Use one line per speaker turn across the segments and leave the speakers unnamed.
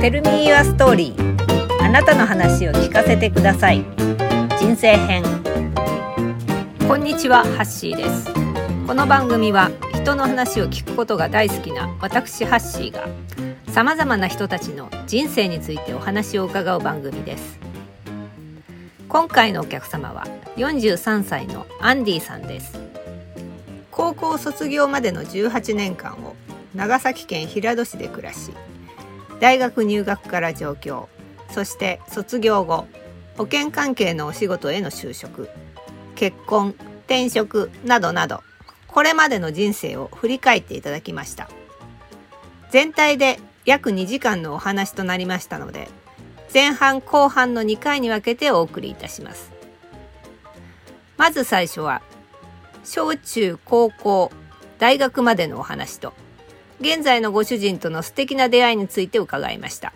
テルミーユアストーリーあなたの話を聞かせてください人生編こんにちはハッシーですこの番組は人の話を聞くことが大好きな私ハッシーがさまざまな人たちの人生についてお話を伺う番組です今回のお客様は43歳のアンディさんです高校卒業までの18年間を長崎県平戸市で暮らし大学入学から上京そして卒業後保険関係のお仕事への就職結婚転職などなどこれまでの人生を振り返っていただきました全体で約2時間のお話となりましたので前半後半の2回に分けてお送りいたしますまず最初は小中高校大学までのお話と現在のご主人との素敵な出会いについて伺いました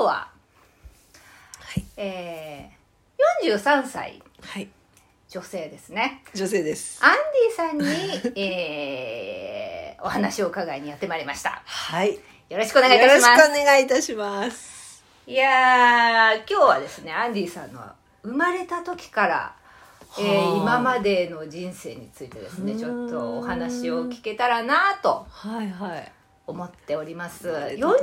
今日は、
はい
えー、43歳
はい、
女性ですね
女性です。
アンディ さんに、えー、お話を伺いにやってまいりました
はい、よ
よろしくお
ろ
願いいたし
しくお
ます
願いいたします。
いやー今日はですねアンディさんの生まれた時から、え
は
ー、
あ
今までの人生についてですねちょっとお話を聞けたらなと
はいはい。
思っております
生ま
43
れた時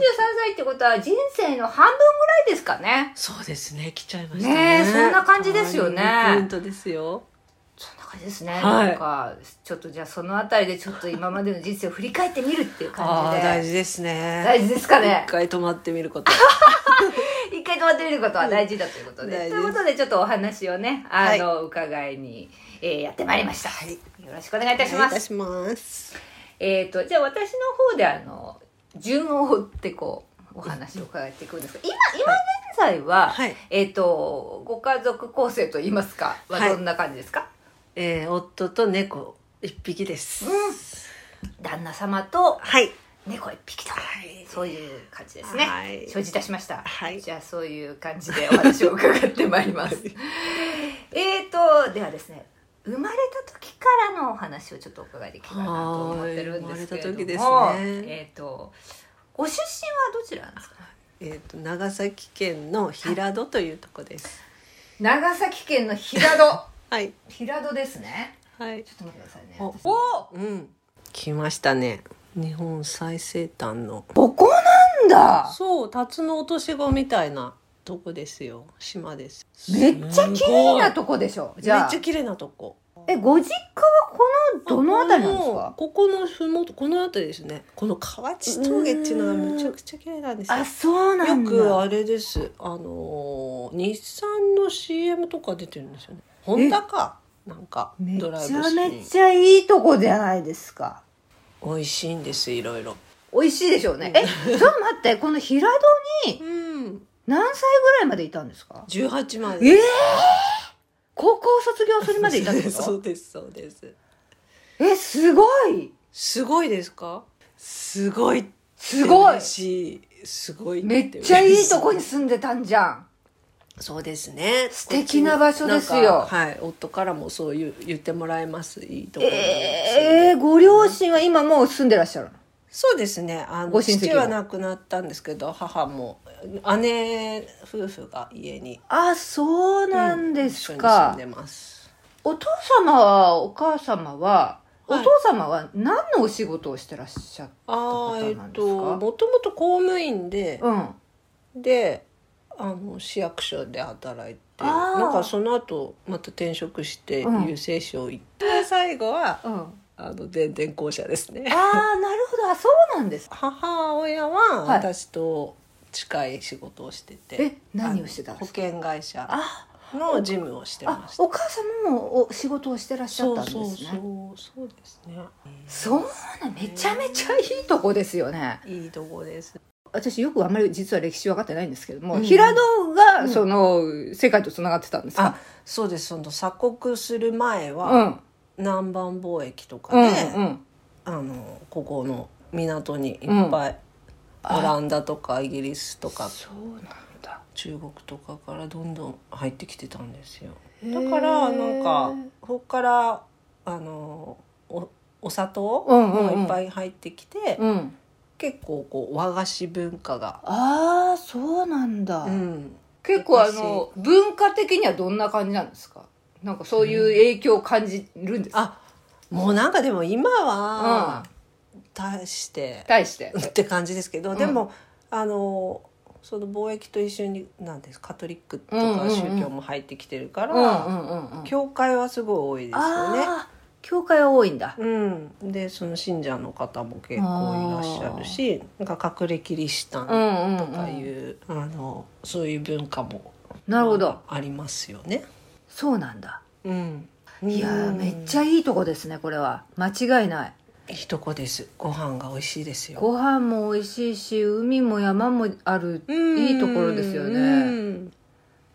歳ってことは人生の半分ぐらいですかね
そうですね、来ちゃいましたね。
ねえそんな感じですよね
はいポイントですよ。
そんな感じですね、
はい
なんかちょっとじゃあそのあたりでちょっと今までの人生を振り返ってみるっていう
あ
感
あ
じ
ー、
で
大事ですね。
大事ですかね
一回止まってみること。
一回止まってみることは大事だということで。
うん
と
大事です
いうことで、ちょっとお話をね、あの、伺いに、えーやってまいりました。
はい
よろしくお願いいたし
お願
ま
いいた
す。
します。
えっ、と、じゃあ私の方で、あの、順を追ってこう、お話を伺っていくんですが、今、今現在は、
はい
えっ、と、ご家族構成といいますか、は
はい
どんな感じですか、
えー、夫と猫一匹です。
うん旦那様と
はい。
猫一匹と。
はい
そういう感じですね。
はい
承知いたしました。
はい
じゃあそういう感じでお話を伺ってまいります。 えーと、ではですね、生まれた時からのお話をちょっとお伺いできたらなと思ってるんですけれども、
はい生まれた時ですね
えーと、ご出身はどちらなんですか
えっ、と長崎県の平戸というとこです。
長崎県の平 戸。
はい
平戸ですね。
はい
ち。ょっと待ってくださいね。
お
お
うん。来ましたね。日本最西端の
ここなんだ
そう、タツノオトシゴみたいなとこですよ。島です。
めっちゃ綺麗なとこでしょ。
すごい
じゃ
めっ
あ
ちゃ、綺麗なとこ。
え、ご実家はこの、どのあたりなんですか
ここのふもと、この辺りですね。この河内峠っていうのがめちゃくちゃ綺麗なんですよ。
そう
よくあれです。あのー日産の CM とか出てるんですよね。ホンダか。なんか、
めち
ドライブ
ゃ
シ
め
ーン。
ちゃいいとこじゃないですか。
美味しいんです、いろいろ。
美味しいでしょうね。え、ちょっと待って、この平戸に
うん。
何歳ぐらいまでいたんですか
18ま
え
で。
えー高校卒業するまでいたんです
そ
か
うです、そうです。
え、すごい
すごいですかすごいって
すごい
嬉しいすごいて
め
嬉し
っちゃいいとこに住んでたんじゃん。
そうですね
素敵な場所ですよ
なんかはい夫からもそう言う言ってもらえますいいところに
ええー、ご両親は今もう住んでらっしゃるの
そうですねあの
ご親戚も
父は亡くなったんですけど母も姉夫婦が家に
あ、そうなんです
う
か
ん一緒に住ん。でます
お父様は、お母様は、
はい
お父様は何のお仕事をしてらっしゃっ
ああ
どうい
え
う
っ
ことなんですか
ともともと公務員で
た うん。
であの市役所で働いて
あー
なんかその後また転職して
うん
郵政省行って、最後は
うん、あ
あの電電公社ですね
あーなるほどあそうなんです
母親は
はい
私と近い仕事をしてて、
え何をしてたん
保
ですか
険会社
あ
の事務をしてま
あ
した
お母様もお仕事をしてらっしゃっ
そ
たん
う
ですねそ
そうそ
う
うそうですね
なんめちゃめちゃいいとこですよね
いいとこです
私よくあんまり実は歴史分かってないんですけども、
うん
平戸が
うん
その、世界とつながってたんです
あ
か
そうですその鎖国する前
うん
は、
うん
南蛮貿易とか
う
で、
ん
あのここの港にいっぱい、オランダとかイギリスとか
そうなんだ
中国とかからどんどん入ってきてたんですよだからなんかここからあのおお砂糖
うんうんうん
がいっぱい入ってきて、
うん
結構こう和菓子文化が、
ああそうなんだ、
うん、
結構あの文化的にはどんな感じなんですかなんかそういう影響を感じるんですか、
あもうなんかでも今
うん
は、大して
対して
って感じですけど、
うん
でもあのその貿易と一緒になんですカトリックと
うんうんう
か
ん
宗教も入ってきてるか
うん
ら、
うんうんうん
教会はすごい多いですよね。
ああ教会は多いんだ
うん、でその信者の方も結構いらっしゃるしなんか隠れキリシタ
うん
ン
うん
とか
う
い
ん
う、あのそういう文化も
なるほど
ありますよね。
そうなんだ
うん、
いやーめっちゃ
い
いいとこですねこれは間違いない
いとこですご飯が美味しいですよ。
ご飯も美味しいし海も山もある
うん
いいところですよね
うん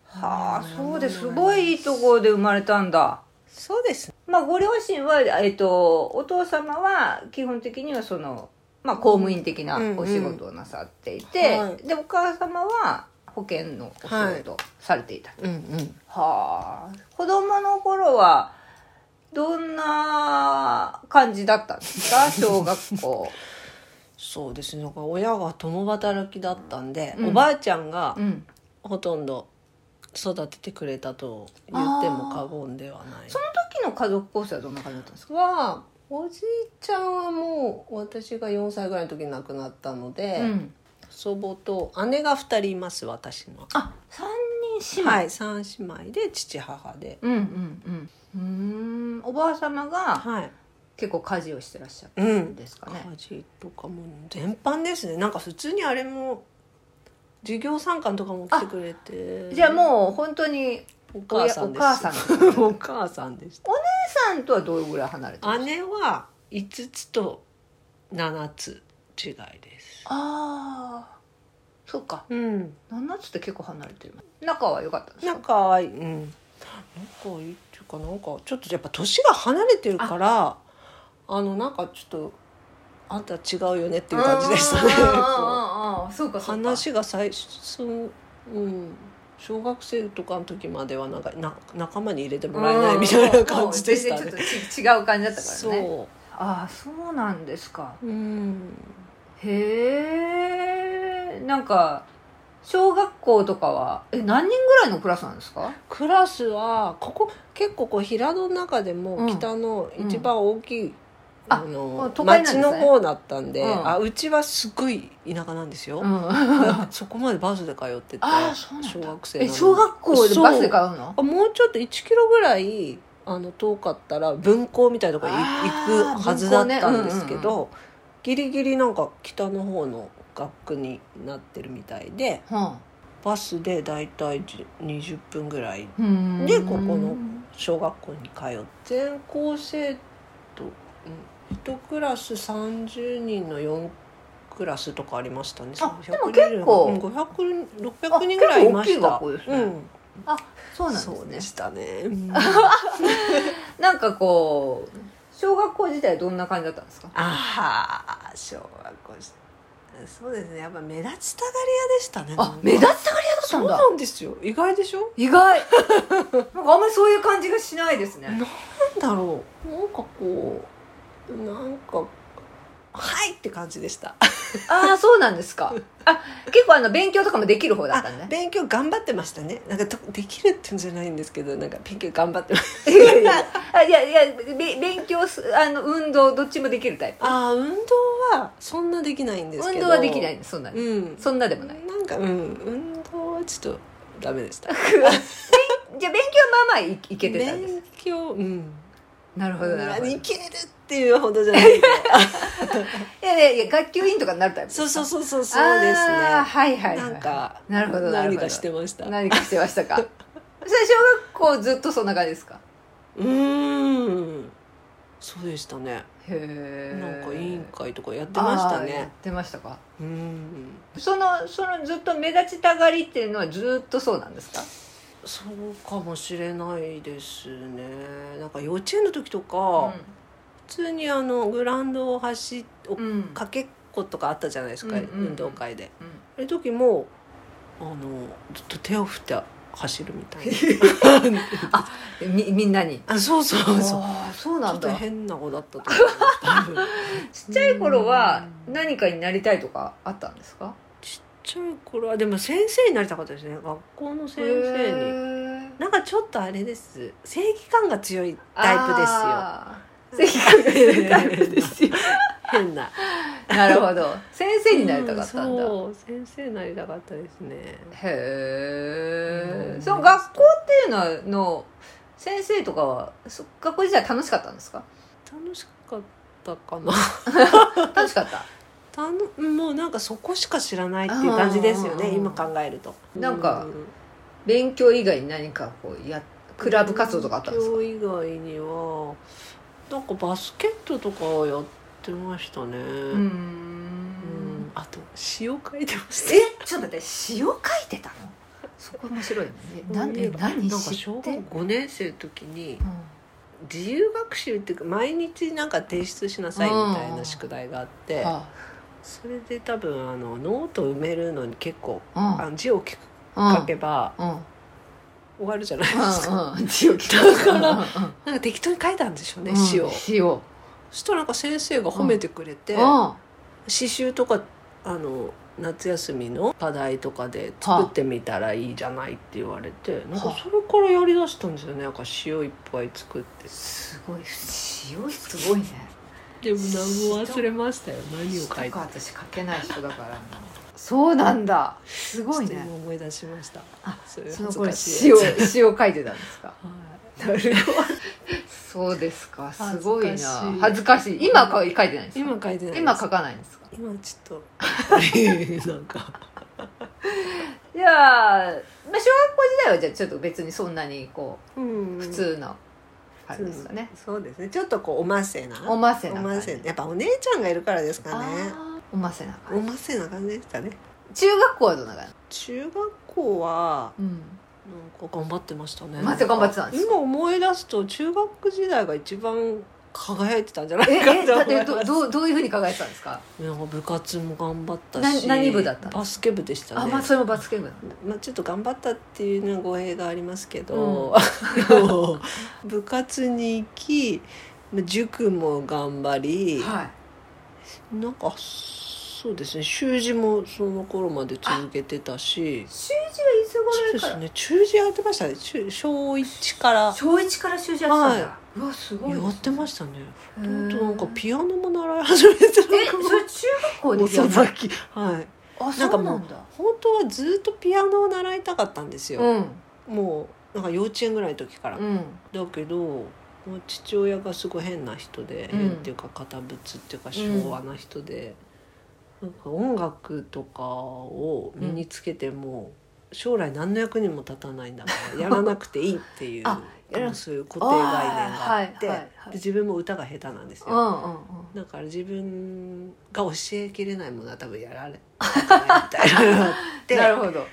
はあそうですすごいいいところで生まれたんだ
そうです
まあご両親は、えっと、お父様は基本的にはその、まあ、公務員的なお仕事をなさっていて、
うんうんはい
でお母様は保険のお仕事をされていたと、
うんうん。
はあ子供の頃はどんな感じだったんです か小学校
そうですねなんか親が共働きだったんで、
うん
おばあちゃんが
うん
ほとんど育ててくれたと言っても過言ではない
その時の家族構成はどんな感じだったんですか
はおじいちゃんはもう私が4歳ぐらいの時に亡くなったので、
うん、
祖母と姉が2人います私の
あ三人姉妹、
はい3姉妹で父母で
うんうんうんうーんおばあ様が
はい
結構家事をしてらっしゃった
うんん
ですかね、
家事とかも全般ですねなんか普通にあれも授業参観とかも来てくれて
じゃあもう本当に
うお母さんです
お母さんです
お母さんでした
姉さんとはどれぐらい離れてるんですか
姉は5つと7つ違いです
ああそうか
うん
7つって結構離れてる仲は良かったんです
なん
か
かうん仲いいっていうかなんかちょっとやっぱ年が離れてるからあのなんかちょっとあんた違うよねっていう感じでしたね
あーあー
こ
あーあーそうか
う
そうか
話が最初うん小学生とかの時まではなんかな仲間に入れてもらえないみたいな感じでした
うんうん
ね
うん全然ちょっと違う感じだったからね
そ
ああそうなんですか
ううん
へえんか小学校とかはえ何人ぐらいのクラスなんですか
クラスはここ結構こう平戸の中で
うん
も北の一番大きい、
あ
あの
都会なんです
町
ね
の方だったんで、
うん
あうちはすごい田舎なんですよ、
ん
そこまでバスで通ってて
ああそうなんだ
小学生なの
え
に
小学校でバスで通うの
あもうちょっと1キロぐらいあの遠かったら分校みたいなとこに行
あー
行くはずだったんです
分校ねう
け
んう
ど、ギリギリなんか北の方の学区になってるみたいで
は
バスで大体じ20分ぐらい
あ、うん
でここの小学校に通って全校生徒1クラス30人の4クラスとかありましたね
あ
300
でも結構
うん500 600人ぐらいいました
あ結構大きい学校ですね
うん
そうなんです
そう
ね
でしたね、 うん
なんかこう小学校時代どんな感じだったんですか
ああ小学校しそうですねやっぱ目立ちたがり屋でしたね
あ目立
ち
つたがり屋だった
そ
ん
う
だ
なんですよ意外でしょ
意外なんかあんまりそういう感じがしないですね
なんだろうなんかこうなんかはいって感じでした
ああそうなんですかあ結構あの勉強とかもできる方だったん
あ
で
勉強頑張ってましたねなんかどできるっていうんじゃないんですけどなんか勉強頑張ってました
いやいやあいやいやべ勉強すあの運動どっちもできるタイプ
ああ運動はそんなできないんですけ
運
ど
動はできないそんなに、
うん
そんなでもない
なんかうん運動はちょっとダメで した
じゃあ勉強はまあまあいいけてたんです
勉強うん
なるほどなるほど
いけるっていうほ どじゃないけど
いやいやいや学級委員とかになるタイプ
そうそう
う
そうそうそうですね
はいはい、はい、
なんか
なるほどなるほど
何かしてましたう
何かしてましたかそれ小学校ずっとそんな感じですか
ーんそうでしたね
へえ
なんか委員会とかやってました
やっ
ね
てましたか
うん
そのそのずっと目立ちたがりっていうのはずっとそうなんですか
そうかもしれないですねなんか幼稚園の時とか、普通にあのグラウンドを走っを
うん、うん
かけっことかあったじゃないですか、
うんうんうん
運動会で
うん
あの時もあのずっと手を振って走るみた いな
みみんなに
あそうそうそう
ああそう
ち
な
ょ
ん
っと
だ
変な子だったと思う多分
ちっちゃい頃は何かになりたいとかあったんですか
ちっちゃい頃はでも先生になりたかったですね学校の先生に
に
なんかちょっとあれです正義感が強いタイプですよ
ですよ正義感が強いタ イプですよ
変な
なるほど先生になりたかったんだ、へ
うそう先生になりたかったですね
え
うん
その学校っていうのはの先生とかはそ学校時代楽しかったんですか
楽しかったかな
楽しかった
たのもうなんかそこしか知らないっていう感じですよ
うんうん
ね
うん
今考えると
なんか
う
勉強以外に何かこうやクラブ活動とかあったんですか
勉強以外にはなんかバスケットとかやってましたね、
うー
うん
ん
あと詩を書いてました
えちょっと待って詩を書いてたのそこ面白いよねえな
そういえ
え
ば
何
なんか
詩
小
っ
学
て、うん
5年生の時に自由学習っていうか毎日なんか提出しなさいみたいな宿題があって、
あ
それで多分あのノート埋めるのに結構
うん
あの字を書
うん
けば
うんうん
終わるじゃないですか、
うん字を切
だか
ら
らなんか適当に書いたんでしょうね、詩を
詩を
そしたらなんか先生が褒めてくれて、
うん
刺繍とかあの夏休みの課題とかで作ってみたらいいじゃないって言われてなんか
はあ
それからやりだしたんですよねなんか塩いっぱい作って
すごい詩をすごいね
でも
何も忘れ
ましたよ何
詩とか私書けない人だからなそうなんだすごい
ちょっと
ね
今思い出しました
あ
それ
その
恥ず
頃
かしい
詩を詩を書いてたんですか
なる ほど
そうですかすごいな
恥ずかし
恥ずかし
い
い今か書いてないんですか
今書いてない
今書かないんですか
今ちょっ となんか
いやー、まあ、小学校時代はじゃあちょっと別にそんなにこう
普
普通のあれですかね
そうですねちょっとこうおませな
おませ
お
な
ま
感じ
せやっぱお姉ちゃんがいるからですかね
あーおませな感
おませな感じでしたね
じ中学校はどんな感じ
中学校は
うん
なんか頑張ってましたね
まず頑張ってたんですか
今思い出すと中学時代が一番輝いてたんじゃない
え
か
え
と
だ
思
って
い
ど
ます
どうどういうふうに考えてたんですか、
なんか部活も頑張ったし
な何部だったの
バスケ部でしたね
あまあそれも罰ゲームなんだ
まあ、ちょっと頑張ったっていうのは語弊がありますけど、
う
あの 部活に行きまあ塾も頑張り、
はい
なんかそうですね習字もその頃まで続けてたし
習字はいつ
そう
頃か
です
ら
ね中字やってましたね中小一からや
小一から習字やってたんだ、
は
うわすごい
ってま
し
したねあ
た
となんかピアノも習い始めて
え
な
そ
ん
れ
か
中学校ですよ
遅
ね
咲きはい
あ
なん
そ
か
うな
もうん
だ
本当はずっとピアノを習いたかったんですよ、
ん
もうなんか幼稚園ぐらいの時から
うん
だけどもう父親がすごい変な人で、
うん
変っていうか堅物っていうか昭和な人で、なんか音楽とかを身につけても、将来何の役にも立たないん だからやらなくていいっていう
あやらな
そういう固定概念があって
あーはいはいはい
で自分も歌が下手なんです
う
よ。
んうんうん
だから自分が教えきれないものは多分やられたくないみたいなのがあって
なるほど、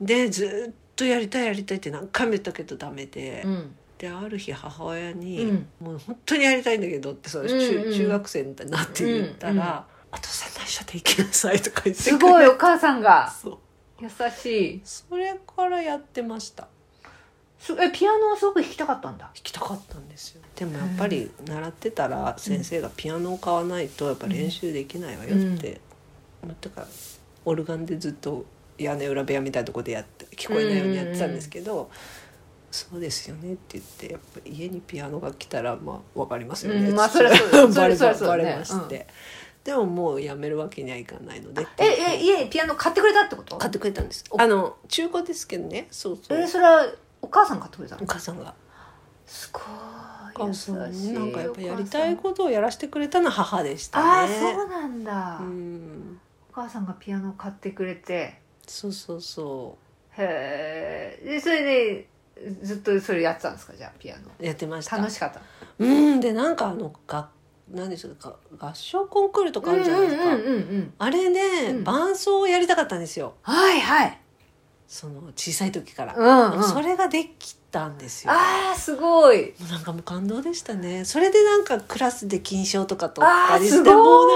でずっとやりたいやりたいって何回も言ったけどダメで、
うん
である日母親に、
うん
もう本当にやりたいんだけどってその
うんう
中
ん
中学生になって言ったら「
うんうん
あとさん内緒で行きなさい」とか言って
すごい
い
お母さんが
そう
優しい
それからやってました
すえピアノをすごく弾きたかったんだ
弾きたかったんですよでもやっぱり習ってたら先生がピアノを買わないとやっぱ練習できないわよって、まあだからオルガンでずっと屋根裏部屋みたいなとこでやって聞こえないようにやってたんですけど、そうですよねって言ってやっぱ家にピアノが来たらまあわかりますよね、
うんまあそりゃそう
バレ
そりゃ
バ
そ
レ
うだね
バレまして、でももうやめるわけにはいかないので
ええ家にピアノ買ってくれたってこと
買ってくれたんですあの中古ですけどねそうそう、
えそれはお母さんが買ってくれた
お
の
母さんが
すごい
お
優
母
し
さん
い
なんかやっぱやりた
お
い
母
ことをやらせてくれたのは母でした
さん
ね
ああそうなんだ、
うん
お母さんがピアノを買ってくれて
そうそうそ
へえでそれでずっとそれやってたんですかじゃあピアノ
うやってました
楽しかった
うんでなんかあのが何ですか合唱コンクールとかあるじゃないですか、
うんうんうんうん
あれね、
うん
伴奏をやりたかったんですよ
はいはい
その小さい時から、
うん、うん、
それができたんですよ
ああすごい
もうなんかもう感動でしたねそれでなんかクラスで金賞とか取ったり
あーす
し
ご
て
い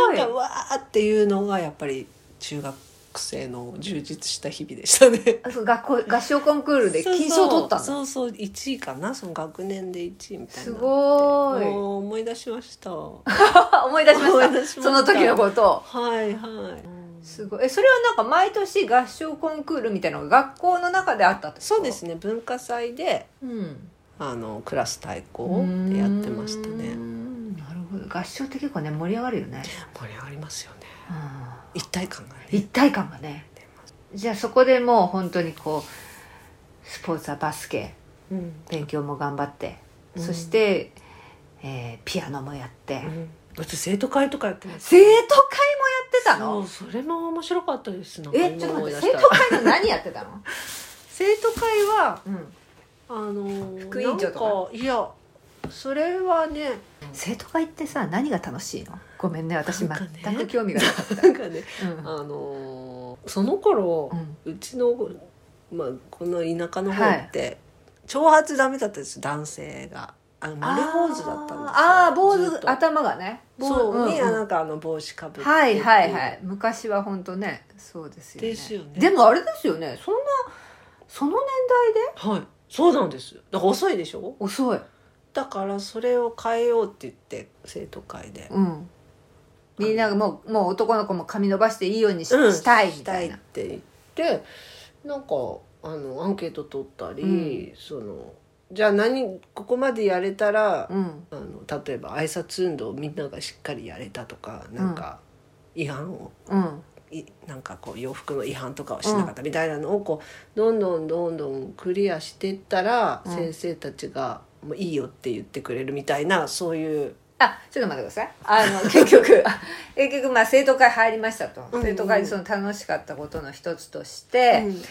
もうなんかうわーっていうのがやっぱり中学学生の充実した日々でしたね。
あそう学校合唱コンクールで金賞取ったんだ
そうそうそう1位かなその学年で1位みたいな
すごーい
もう思い出しましたは
思い出しま
思
し
い
た
出しました
その時のことを
いはい
すごいえそれはなんか毎年合唱コンクールみたいなのが学校の中であったってこと
そうですね文化祭で
うん
あのクラス対抗でやってました
うー
ね
んなるほど合唱って結構ね盛り上がるよね、
これありますよね
うん
一体感がね
一体感がねじゃあそこでもう本当にこうスポーツはバスケ
うん
勉強も頑張って、
うん
そして、えーピアノもやって、
うんだって生徒会とかやってます
生徒会もやってたの
そうそれも面白かったですなんか
えちょっ
今
と
思い
待っ
出
て生
した
徒会の何やって たの、
生徒会は
うん、
あのー
副委員長とか
なんいやそれはね
生徒会ってさ何が楽しいのごめんね私
なんかね
全く興味がなか った、
なんかね
うん
あのーその頃
う、ん
うちの、まあ、この田舎の方って、長髪ダメだったです男性があの丸坊主だったんですよ
あーあー坊
ずっ
主
と
頭がね坊主
そう、
ん
に
ん
なんかあの帽子かぶって
はいはいはい昔は本当ねそうですよね
ですよね
でもあれですよねそんなその年代で
はいそうなんですだから遅いでしょ
遅い
だからそれを変えようって言って生徒会で
うんみんながもうもう男の子も髪伸ばしていいようにし,、
うん
たいみ
した
た
い
い
っ
な
て言ってなんかあのアンケート取ったり、
う
そのじゃあ何ここまでやれたら、
うん
あの例えば挨拶運動をみんながしっかりやれたとかなんか違反を、
うん
いなんかこう洋服の違反とかはしなかったみたいなのをこうどんどんどんどんクリアしていったら、
うん
先生たちが「もういいよ」って言ってくれるみたいなそういう
あちょっと待ってくださいあの 結局あ結局まあ生徒会入りましたと、
うんうん
生徒会でその楽しかったことの一つとして、
うん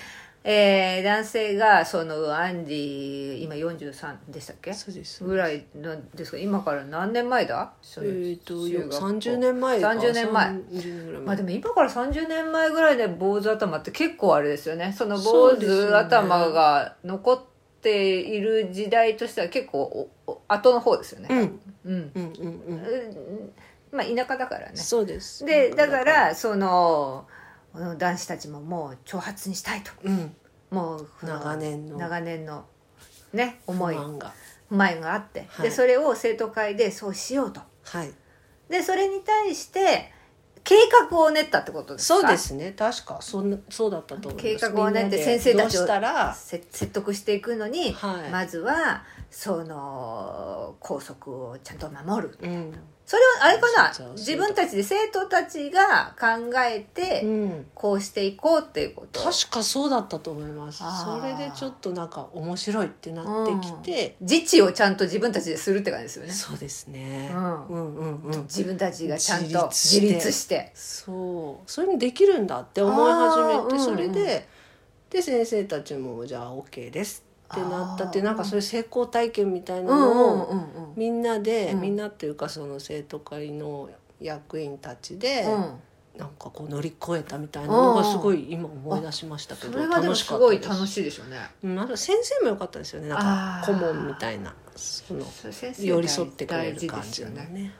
えー男性がそのアンディ今43でしたっけ
そうです。
ぐらいなんですか今から何年前だ
え
その
ー、と
中学校
30年前か
30年前
30年ぐらい前
まあでも今から30年前ぐらいで坊主頭って結構あれですよねその坊主頭が残っている時代としては結構おお後の方ですよね
うん
うん、
うんうんうん
うんまあ田舎だからね
そうです
でだからその男子たちももう長髪にしたいと
うん
もうその
長年の
長年のね思い
不満が
不満があって、
は
で
い
それを生徒会でそうしようと
はい
でそれに対して計画を練ったってことですか
そうですね確かそんなそうだったと思います
計画をね
みんなで
って先生たちを
どうしたら
せ説得していくのに、
はい
まずはその校則をちゃんと守る
うん
それをあれかな
そうそう
自分たちで生徒たちが考えて、
うん
こうしていこうっていうこと
確かそうだったと思います
あ
そ
ー
れでちょっとなんか面白いってなってきて、
自治をちゃんと自分たちでするって感じですよね、
そうですね、
うん
うんうんうん
自分たちがちゃんと自
自
立して
立してそうそれもできるんだって思い始めて、
あー
それ
うんうん
でで先生たちもじゃあ OK ですってなったっ
あ
て
ー
なんかそういう成功体験みたいうなん
う
のを、
んうんうん
みんなで、
うん
みんなっていうかその生徒会の役員たちで、
うん
なんかこう乗り越えたみたいなの
う
が
んうん
すごい今思い出しましたけ
そ
ど、
れはでも
楽し
す
かっ
ご
た
い
です
楽しいでしょうね
うんあと先生も良かったですよねなん
あ
か
ー
顧問みたいなその
そう先生
寄り添ってくれ
大事
る
で
感
す
じ
よ
のね
ね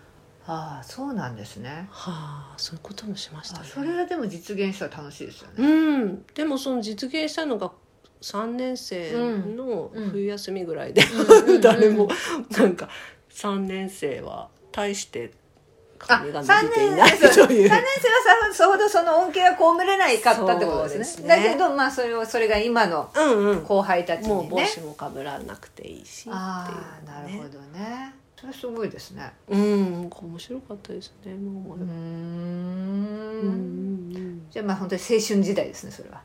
ああそうなんですね
はあそういうこともしました
あ
ね
それはでも実現したら楽しいですよね
うんでもその実現したのが3年生の
うん
冬休みぐらいで、
うん
誰もなんか3年生は大して髪が伸びていない
あ三年生
という
3年生はさそほどその恩恵が被れないかったってことですね
そうですね
だけどまあそれをそれが今の
うんうん
後輩たちにね
もう帽子もかぶらなくていいしっていう、ね、
ああなるほどねそれすごいですね
うん面白かったですねも
う
う、
ー
うんうんんうん、
じゃあまあ本当に青春時代ですねそれは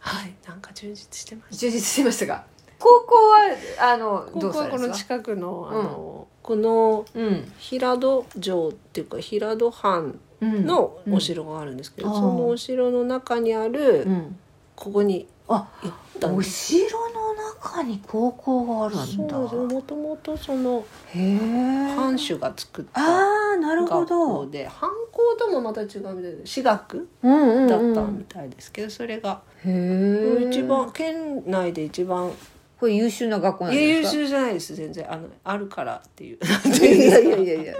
はいなんか充実してました
充実してましたが高校はあのど
高
う
校
さ
は
れ
この
ですか
近くのあの、この
うん
平戸城っていうか平戸藩
うん
のお城があるんですけど、
うんあー
そのお城の中にある、
うん
ここに行
あ
ったん
お
です
城の中に高校がある
そ
ん
う
だ
ですもともとその
へえ
藩主が作った
ああなるほ
学
ど
校で藩校ともまた違うみたいで私学
うんうんうん
だったみたいですけど、それが
へえ
一番県内で一番
これ優秀な学校なん
いや優
ですか
秀じゃないです全然あのあるからっていう
いやいやいやいや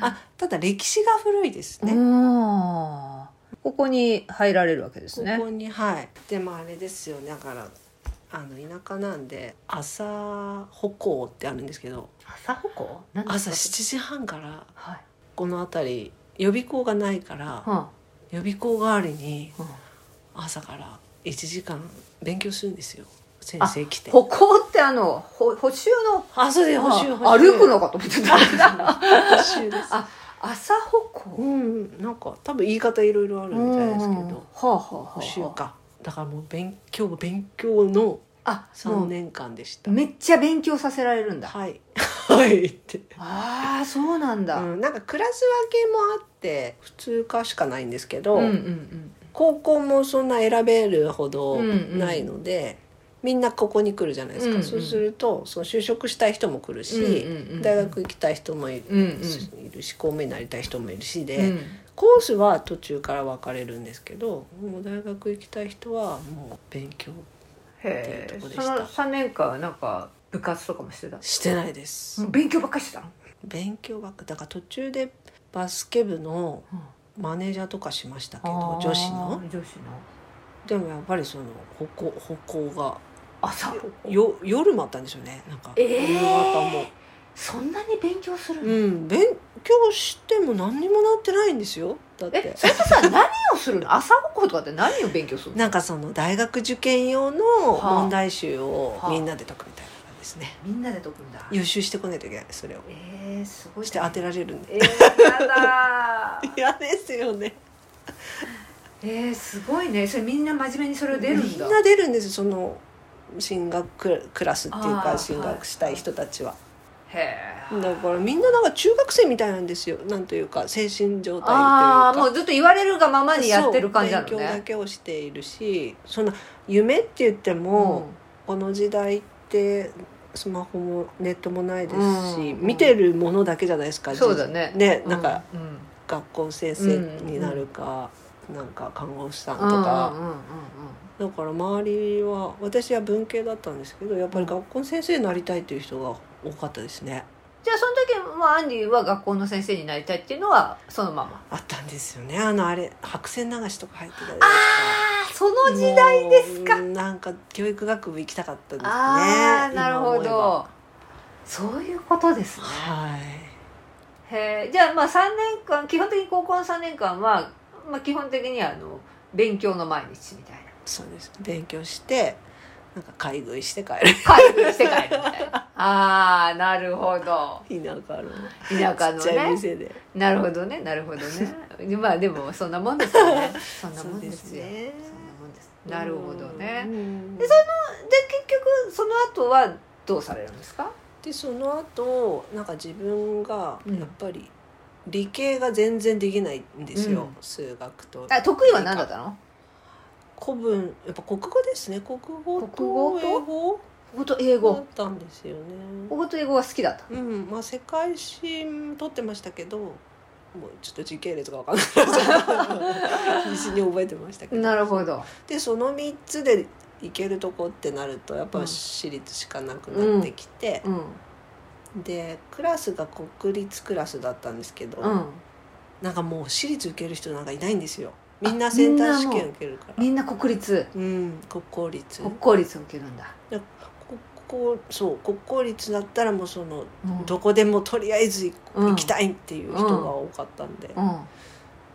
あただ歴史が古いですね、
うんここに入られるわけです
こ
ね
こにはいでもあれですよねだからあの田舎なんで朝歩行ってあるんですけど
朝歩行何です
朝
か
7時半から
はい
この辺り予備校がないから
は
予備校代わりに
あは
朝から1時間勉強するんですよ先
あ
生来て
あ。歩行ってあのほ補修の
あそうです補習
あ
補習
歩く のかと思ってた
補習です
あ朝歩行
うんなんか多分言い方いろいろあるみたいですけ
うんは
ど
あはあはあ
補習かだからもう勉強勉強の
あも
3
う
年間でした
めっちゃ勉強させられるんだ、
はい はいって
ああそうなんだ、
うん、なんかクラス分けもあって普通科しかないんですけど、
うんうんうん
高校もそんな選べるほど
うんうん
ないので、みんなここに来るじゃないですか、
うんうん
そうするとその就職したい人も来る
う
し、
んうんうん
大学行きたい人もいる,、
うんうん
し公務員になりたい人もいるしで、
うん
コースは途中から分かれるんですけどもう大学行きたい人はもう勉強
へえ
っていうとこでし
そ
た
の3年間はなんか部活とかもしてた
してないです、
もう勉強ばっかりしてたの、
勉強ばっかだから途中でバスケ部のマネージャーとかしましたけど
あー
女子の
女子の
でもやっぱりその歩行歩行が
朝歩行
よ夜もあったんでしょうねなんか
えー
夕方も、
そんなに勉強するの、
うん勉強しても何にもなってないんですよだっ
え
て
それとさ何をするの朝歩行とかって何を勉強するの
なんかその大学受験用の
はあ
問題集を
はあ
みんなで解くみたいな感じですね
みんなで解くんだ
予習してこないといけないそれを
えー、すごい
そして当てられるんで
えー、やだー
嫌ですよね
えー、すごいねそれみんな真面目にそれを出るんだ
みんな出るんですよその進学ククラスっていう
あ
か
ー
進学したい人たちは
へえ
だからみんななんか中学生みたいなんですよなんというか精神状態という
あ
か
あもうずっと言われるがままにやってる感じなの
そう勉強だ
ね
けをしているしそんな夢って言っても、この時代ってスマホもネットもないですし、
うん
見てるものだけじゃないです
う
か
ん、そうだね
ねなんか、
うんうん
学校先生になるか、なんか看護師さんと
うん
か、
うんうんうん
だから周りは私は文系だったんですけどやっぱり学校の先生になりたいという人が多かったですね
じゃあその時もアンディは学校の先生になりたいっていうのはそのまま
あったんですよねあのあれ白線流しとか入ってたじゃない
ああその
ですか
時代ですか
もうなんか教育学部行きたかったですね
ああなるほ
今思えば
どそういうことですね
はい
へえじゃあまあ3年間基本的に高校の3年間は、まあ、基本的にはあの勉強の毎日みたいな
そうです勉強してなんか買い食いして帰る
回復して帰るみたい なああなるほど
田舎の
田舎の
ちっちゃい
ね
店で
なるほどねなるほどねまあでもそんなもんですよ ねそんなもんですよそんなもんですなるほどねで
でそ
結局その後はどうされるんですか
でその後なんか自分が
うん
やっぱり理系が全然できないんですよ、
うん
数学と
あ得意は何だったの
古文やっぱ国語ですね国語と
国語と
英語
英語と英
だっ
語
たんですよね
英語と英語が好きだった
うんまあ世界史取ってましたけどもうちょっと時系列が分 かんない必死に覚えてましたけど
なるほど
でその3つで行けるとこってなるとやっ
う
ぱ
ん
私立しかなくなってきて、
うん
でクラスが国立クラスだったんですけど、
うん
なんかもう私立受ける人なんかいないんですよみんなセンター試験受けるから
みんな国立
うん国公立
国公立を受けるんだ、
国公そう国公立だったらもうその
うん、
どこでもとりあえず
うん
行きたいっていう人が多かったんで、
うん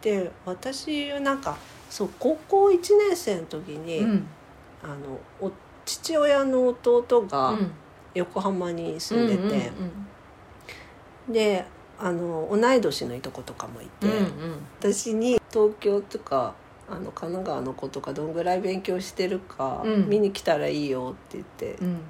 で私なんかそう高校1年生の時に、
うん
あのお父親の弟が
うん
横浜に住んでて、
うんうん
であの同い年のいとことかもいて、
うんうん
私に東京とかあの神奈川の子とかどんぐらい勉強してるか
うん
見に来たらいいよって言って
う、ん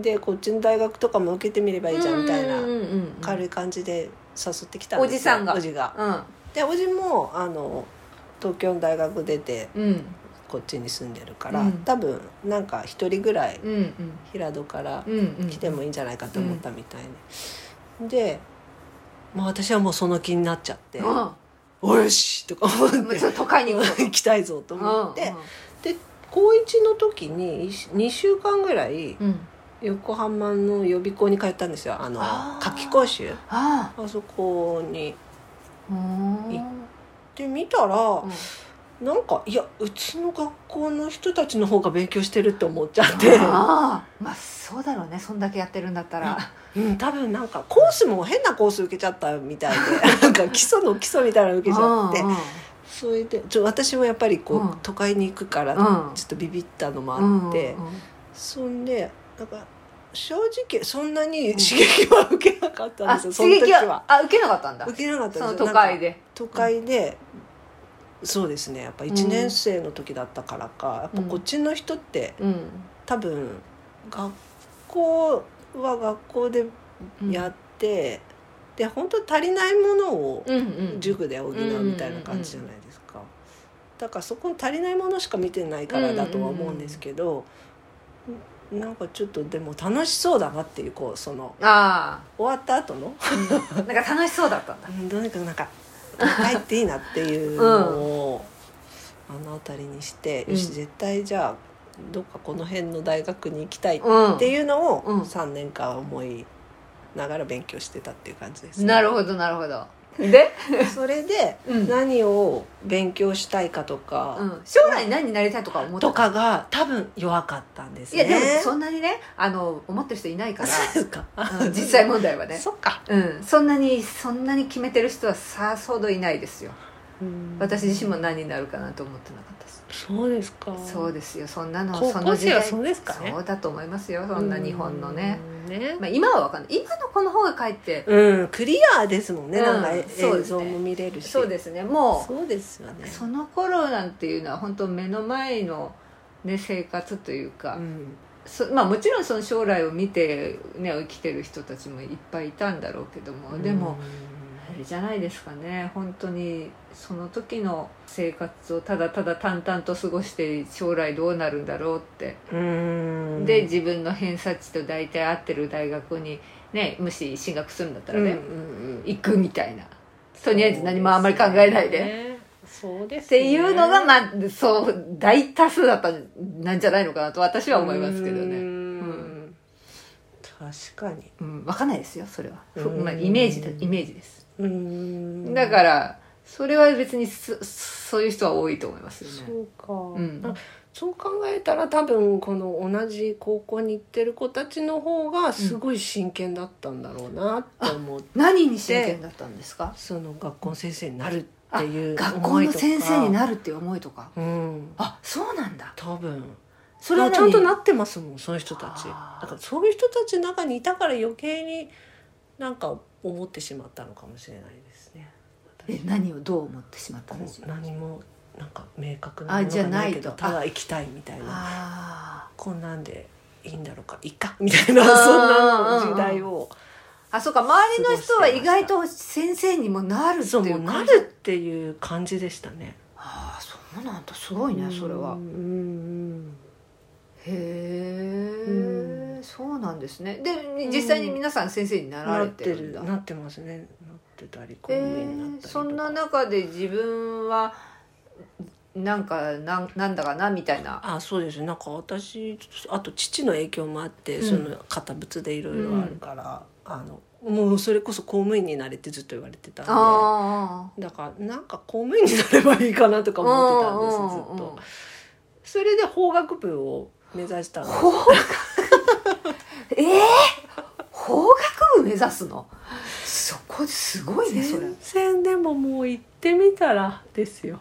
でこっちの大学とかも受けてみればいいじゃんみたい
う
な
んうんうんうん
軽い感じで誘ってきたんですよ
おじさんが
おじが。
うん
でおじもあの東京の大学出て
うん
こっちに住んでるから、
うん
多分なんか一人ぐらい
うんうん
平戸から
うんうん
来てもいいんじゃないかと思ったみたいね、で、まあ、私はもうその気になっちゃって「
うん
およし!」とか思って
もうちょっと都会 に行く
行きたいぞ
と
と思って、高1の時に2週間ぐらい
うんうん
横浜の予備校に通ったんですよあの
あー
夏期講習
あ
あそこに
あうーん
ってみたら、
うん
なんかいやうちの学校の人たちの方が勉強してるって思っちゃって、
ああまあそうだろうねそんだけやってるんだったら
うん、多分なんかコースも変なコース受けちゃったみたいで なんか基礎の基礎みたいなの受けちゃって
うんうん
それでちょ私もやっぱりこう、
うん
都会に行くから、
うん
ちょっとビビったのもあっ
う
て、
んうんうん
そんでなんか正直そんなに刺激は受けなかった
あ
んですよ、
刺
そ
激
の時
は
は。
あ受けなかったんだ
受けなかったんです
そ
よ
の都会で
都会で、そうですねやっぱ1年生の時だったからか、
うん
やっぱこっちの人って
うん
多分学校は学校でやって、で本当に足りないものを
うんうん
塾で補うみたいな感じじゃないですか、だからそこに足りないものしか見てないからだとは思うんですけど、なんかちょっとでも楽しそうだなっていうこうその
あ
終わった後の
あなんか楽しそうだったんだ
うんどうにかなんか帰っていいなっていうのをあの辺りにして、
うん
よし絶対じゃあどっかこの辺の大学に行きたいっ
うん
ていうのを
うん
3年間思いながら勉強してたっていう感じです、
なるほどなるほどで、
どそれで
うん
何を勉強したいかとか、
うん、将来何になりたいとか思って
とかが多分弱かったんです
い
ね
やでもそんなにねあの思ってる人いないか
そうですか、
ら、うん、実際問題はね
そっか、
うん、そんなにそんなに決めてる人はさほどいないですよ私自身も何になるかなと思ってなかったです
そうですか
そうですよそんなの
高
そ
校
の時
生は
代
そうですかね
そうだと思いますよそんな日本のね、
うんね
まあ、今は分かんない今の子の方がかえって、
うん、クリアですもんね、
うん
なんかえ
そう
映
です
像
ね
も見れるし
そうですねも
そうですよね
うその頃なんていうのは本当目の前の、ね、生活というか、
うん
そまあ、もちろんその将来を見て、ね、生きてる人たちもいっぱいいたんだろうけども、でもあれじゃないですかね本当にその時の生活をただただ淡々と過ごして将来どうなるんだろうって、
うん
で自分の偏差値と大体合ってる大学に、ね、もし進学するんだったら
うんう
ね、
んうん
行くみたいなとりあえず何もあんまり考えないで
そうですね、そうですね、
っていうのがまあそう大多数だったんなんじゃないのかなと私は思いますけど
う
ね
ん
う
確かに
うん分かんないですよそれは、ふ
うん
まあ、イメージだイメージです
うん
だからそれは別にそそういう人は多いと思いますよね
そうか、
ん
あそう考えたら多分この同じ高校に行ってる子たちの方がすごい真剣だったんだろうなって思って、
何に真剣だったんですか
その学校の先生になるっていう
学校
思い
の
とか
先生になるっていう思いとか
うん
あそうなんだ
多分
それは
ちゃんとな
っ
ってますもんそういう人たち
あー
だからそういう人たちの中にいたから余計になんか思ってしまったのかもしれないですね
え何をどう思ってしまったん
こ
です
う
か
何もなんか明確なも
あ
の
じゃ
が
あ
ないけど
ないと
ただ行きたいみたいな
あー
こんなんでいいんだろうかいいかみたいなそんな時代を
あそうか周りの人は意外と先生にもなるってい
そうもう
う
な
感
る
じ
っていう感じでしたね
ああそうなんだすごいねそれは
うんうん
へえ、
う
そうなんですねで実際に皆さん先生にな
うん
ら
な
れ
ってて
るん
る
だ
なってますねなってたり公
え
務員になった
ー
りとか
そんな中で自分はなんかなんなんだかなみたいな
あそうですなんか私あと父の影響もあって、
うん
その堅物でいろいろあるから、あのもうそれこそ公務員になれってずっと言われてたんで
あ
だからなんか公務員になればいいかなとか
あ
思ってたんですずっとそれで法学部を目指したんです
ずっとええ法学部目指すのそこすごいねそれ
全然でももう行ってみたらですよ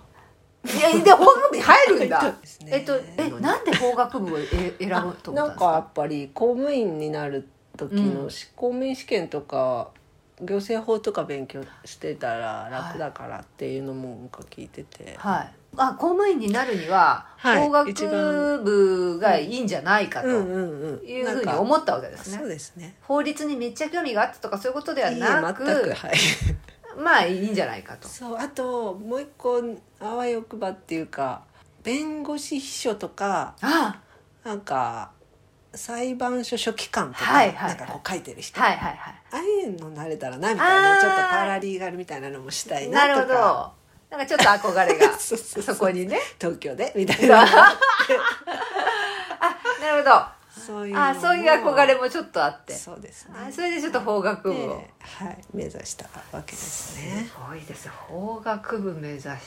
いやで法学部に入るん だ
ですね
えっとえなんで法学部をえ選ぶと思ったん
な
で
ん
す
かや
か
っぱり公務員になる時
うん
のし公務員試験とか行政法とか勉強してたら楽だからっていうのもなんか聞いてて、
はい、あ公務員になるには
はい
法学部がいいんじゃないかと
うんうんうん
いうふうに
なんか
思ったわけです
そ
ね
う。ですね
法律にめっちゃ興味があったとかそういうことではい
いえ
なく
全くはい
まあいいんじゃないかと。
そうあともう一個あわよくばっていうか弁護士秘書とか
あ
なんか裁判所書記官とか、
はいはいはい
なんかこう書いてる人、
はいはいは
ああいうの慣れたらなみたい
あー
なちょっとパラリーガルみたいなのもしたい
い。
な
な
と
る
か
ほど。なんかちょっと憧 れが
そうそうそ う
そこにね。
東京でみたい
あ
な
なるほど。
そういうのも
あそういう憧れもちょっとあって
そうですね
あそれでちょっと法学部を、
ではい目指したわけですね
すごいです法学部目指したんで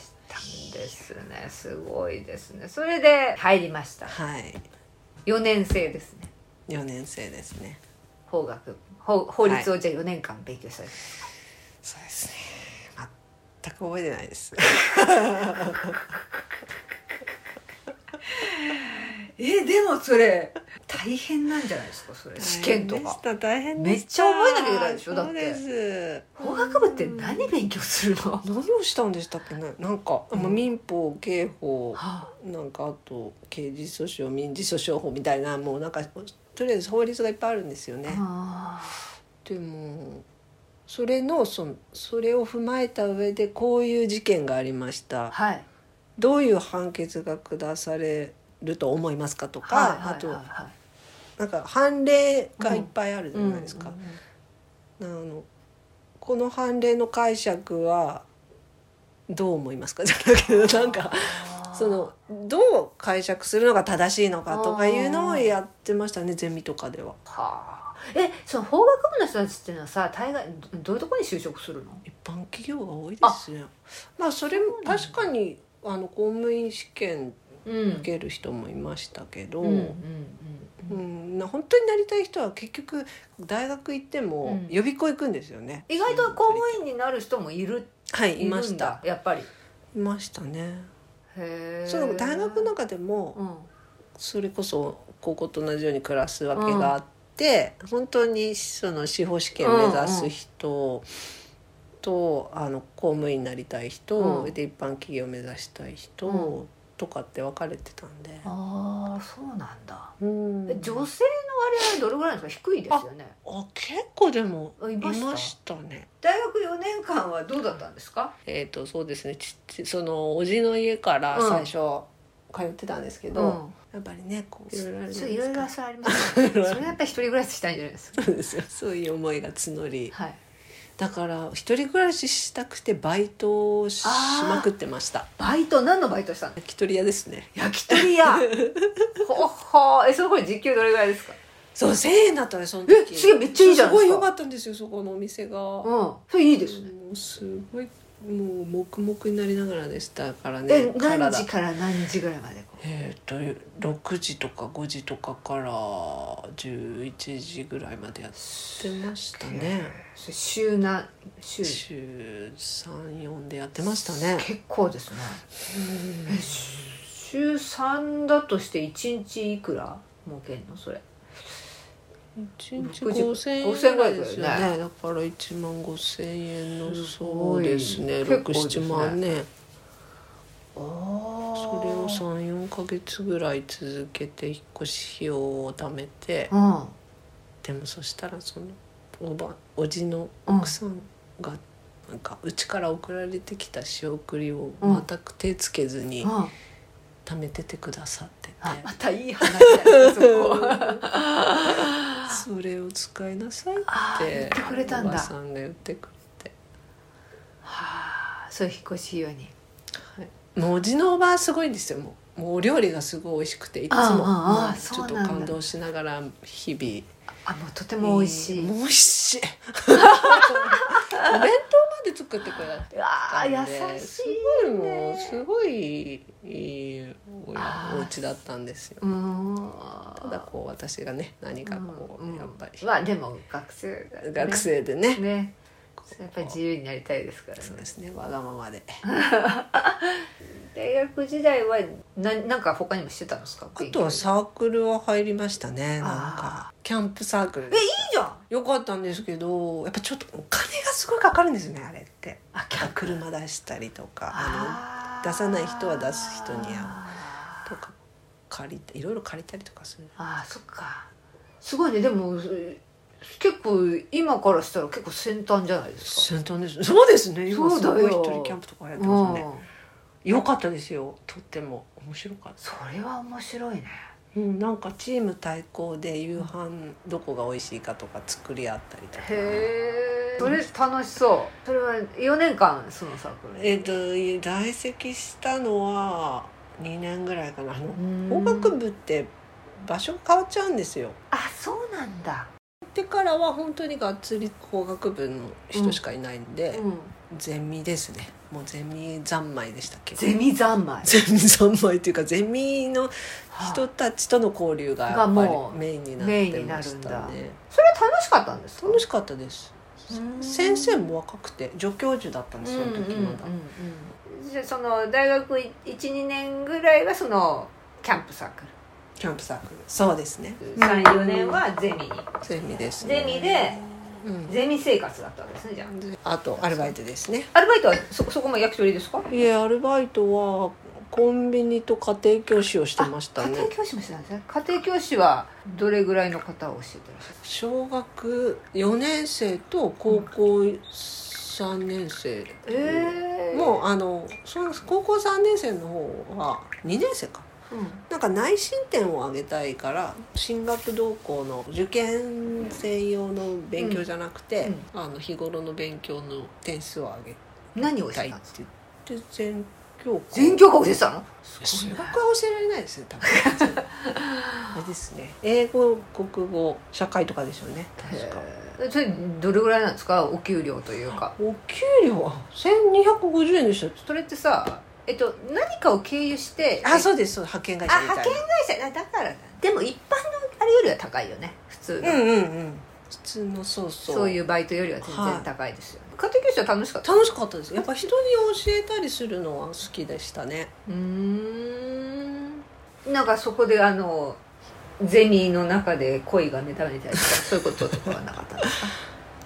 すねすごいですねそれで入りました
はい
4年生ですね
4年生ですね
法学部法法律をじゃあ4年間勉強したんです
そうですね全く覚えてないです
えでもそれ大変なんじゃないですかそれ 試験と
大変で
か
した大変
め
でした
っちゃ覚えなきゃいけないでしょだって
そうです
法学部って何勉強するの、
何をしたんでしたっけねなんか、まあ民法刑法
は
なんかあと刑事訴訟民事訴訟法みたいなもうなんかとりあえず法律がいっぱいあるんですよね。
あ
でもそれのそのそれを踏まえた上でこういう事件がありました
はい
どういう判決が下されると思いますかとか、
はいはい
あと
はいはい
なんか判例がいっぱいあるじゃないですか。
うんうんうん
あのこの判例の解釈はどう思いますか じゃなくてなんかそのどう解釈するのが正しいのかとかいうのをやってましたねゼミとかでは
はあえその法学部の人たちっていうのはさ大概どどういうところに就職するの
一般企業が多いですねまあそれも確かにあの公務員試験
うん
受ける人もいましたけど、
う
うん
うん
んな本当になりたい人は結局大学行っても
うん
予備校行くんですよね、
意外と公務員になる人もいる
はいい
るんだ
ました
やっぱり
いましたね
へえ
その大学の中でも、
うん
それこそ高校と同じように暮らすわけがあって、本当にその司法試験目指す人と、あの公務員になりたい人、
うん
で一般企業目指したい人、
う
とかって分かれてたんで、
ああそうなんだ
うん
え女性の割合はどれぐらいなんですか低いですよね
あ結構でも
あい
い
ま
ま
した
したね。
大学4年間はどうだったんですか
えっ、とそうですねちちそのおじの家から
うん
最初通ってたんですけど、
うん
やっぱりねこういろいろあるじ
そ
ゃ
う
ない
いろい
ですか
ろそうありますねそれはやっぱり一人暮らししたいんじゃないですか
そうですよ そういう思いが募り。
はい
だから一人暮らししたくてバイトをし
あー
まくってました
バイト何のバイトしたんですか
焼き鳥屋ですね
焼き鳥 屋ほっほーえその頃時給どれぐらいですか
そう1000円だったねその時
えすげえめっちゃいいじゃないですか
そうすごい良かったんですよそこのお店が、
うんそれいいですね
もうすごいもう黙々になりながらでしたから
え
ね
何時から何時ぐらいまでこう
えー、と6時とか5時とかから11時ぐらいまでやってましたね
それ週何週
週34でやってましたね
結構ですねえし週3だとして1日いくら儲けんのそれ
一日
6時
5000円
5000
ぐ
ぐら
ら
い
い
で
ですす
よ
よ
ね
ねだから1万5000円の
す
そ
ご
う
い
ですね
結構です
67
ね
万ね
あ
それを34か月ぐらい続けて引っ越し費用を貯めて
うん
でもそしたらそのおばおじの
うん
奥さんがなんかうちから送られてきた仕送りを全く手つけずに
うん
貯めててくださってて、
あまたいい話だねそ こ
それを使いなさいっ
あー
て
言ってくれたん
おば
だ
さんが言ってくれて。
はあそういう引っ越し用に
はい、もうおじのおばはすごいんですよもうもうお料理がすごい美味しくていつも
ああああ
もうちょっと
そうなんだ
感動しながら日々
あもうとても美味しい、
もう美味しいお弁当まで作ってくれたって
うわあ優し
す
い
ごいもうすごいいいおお家だったんですよ
うーん
ただこう私がね何かこう、
うんうん
やっぱり
まあでも学生だね
学生でね
ね
こう
やっぱり自由になりたいですからね
そうですねわがままで
大学時代はななんか他にもしてたんですか
あとはサークルは入りましたねなんかキャンプサークル
えいいじゃん
よかったんですけどやっぱちょっとお金がすごいかかるんですねあれってあ車出したりとかあ
あー
出さない人は出す人にのとか借りていろいろ借りたりとかする
あーそっかすごいねでもえ結構今からしたら結構先端じゃないですか
先端ですそうですね今
そう
す
だよ
ごい一人キャンプとかやってます
う
ね
ん
よかったですよとっても面白かった、
それは面白いね
うん、なんかチーム対抗で夕飯どこが美味しいかとか作り合ったりとか
へえそれ楽しそうそれは4年間そのサークル
えっ、と在籍したのは2年ぐらいかなあの
うん
法学部って場所変わっちゃうんですよ
あそうなんだ
行ってからは本当にがっつり工学部の人しかいないんで、
うん
ゼミですねもうゼミ三昧でしたっけ
ゼミ三昧
ゼミ三昧っていうかゼミの人たちとの交流がやっ
が
ぱ
もう
りメインになってまし
メインにな
た
る
ね
それは楽しかったんですか
楽しかったです
うん
先生も若くて助教授だったんですよその時まだ、
じゃあその大学12年ぐらいはそのキャンプサーク
キャンプサークルそうですね
ル34年はゼミに
ゼミです
ゼ
ね
ミで
うん
ゼミ生活だったわけですねじゃあ
あとアルバイトですね
アルバイトはそそこも焼き鳥ですか
いえアルバイトはコンビニと家庭教師をしてました
家
ね
庭教師もしてたんですね家庭教師はどれぐらいの方を教えてらっしゃる
小学4年生と高校3年生、
ええ
もうあのその高校3年生の方は2年生か
う、
なんか内申点を上げたいから進学動向の受験専用の勉強じゃなくて、あの日頃の勉強の点数を上
何を
げた
教え
い
て
った
んですか
て言って全教科
全教科を教えてたの
数学は教えられないですね 多分あれですね英語国語社会とかでしょうね確か
えそれどれぐらいなんですかお給料というか
お給料は1250円でした
それってさえっと何かを経由して
あそうですそう派遣会社
あ
みたいな
派遣会社だだからだでも一般のあれよりは高いよね普通の、
うんうんうん普通のそうそう
そういうバイトよりは全然高いですよね、家庭教師は楽しかった
楽しかったですやっぱ人に教えたりするのは好きでしたね
うーんなんかそこであのゼミの中で恋が目覚めたりとかそういうこととかはなか ったんですか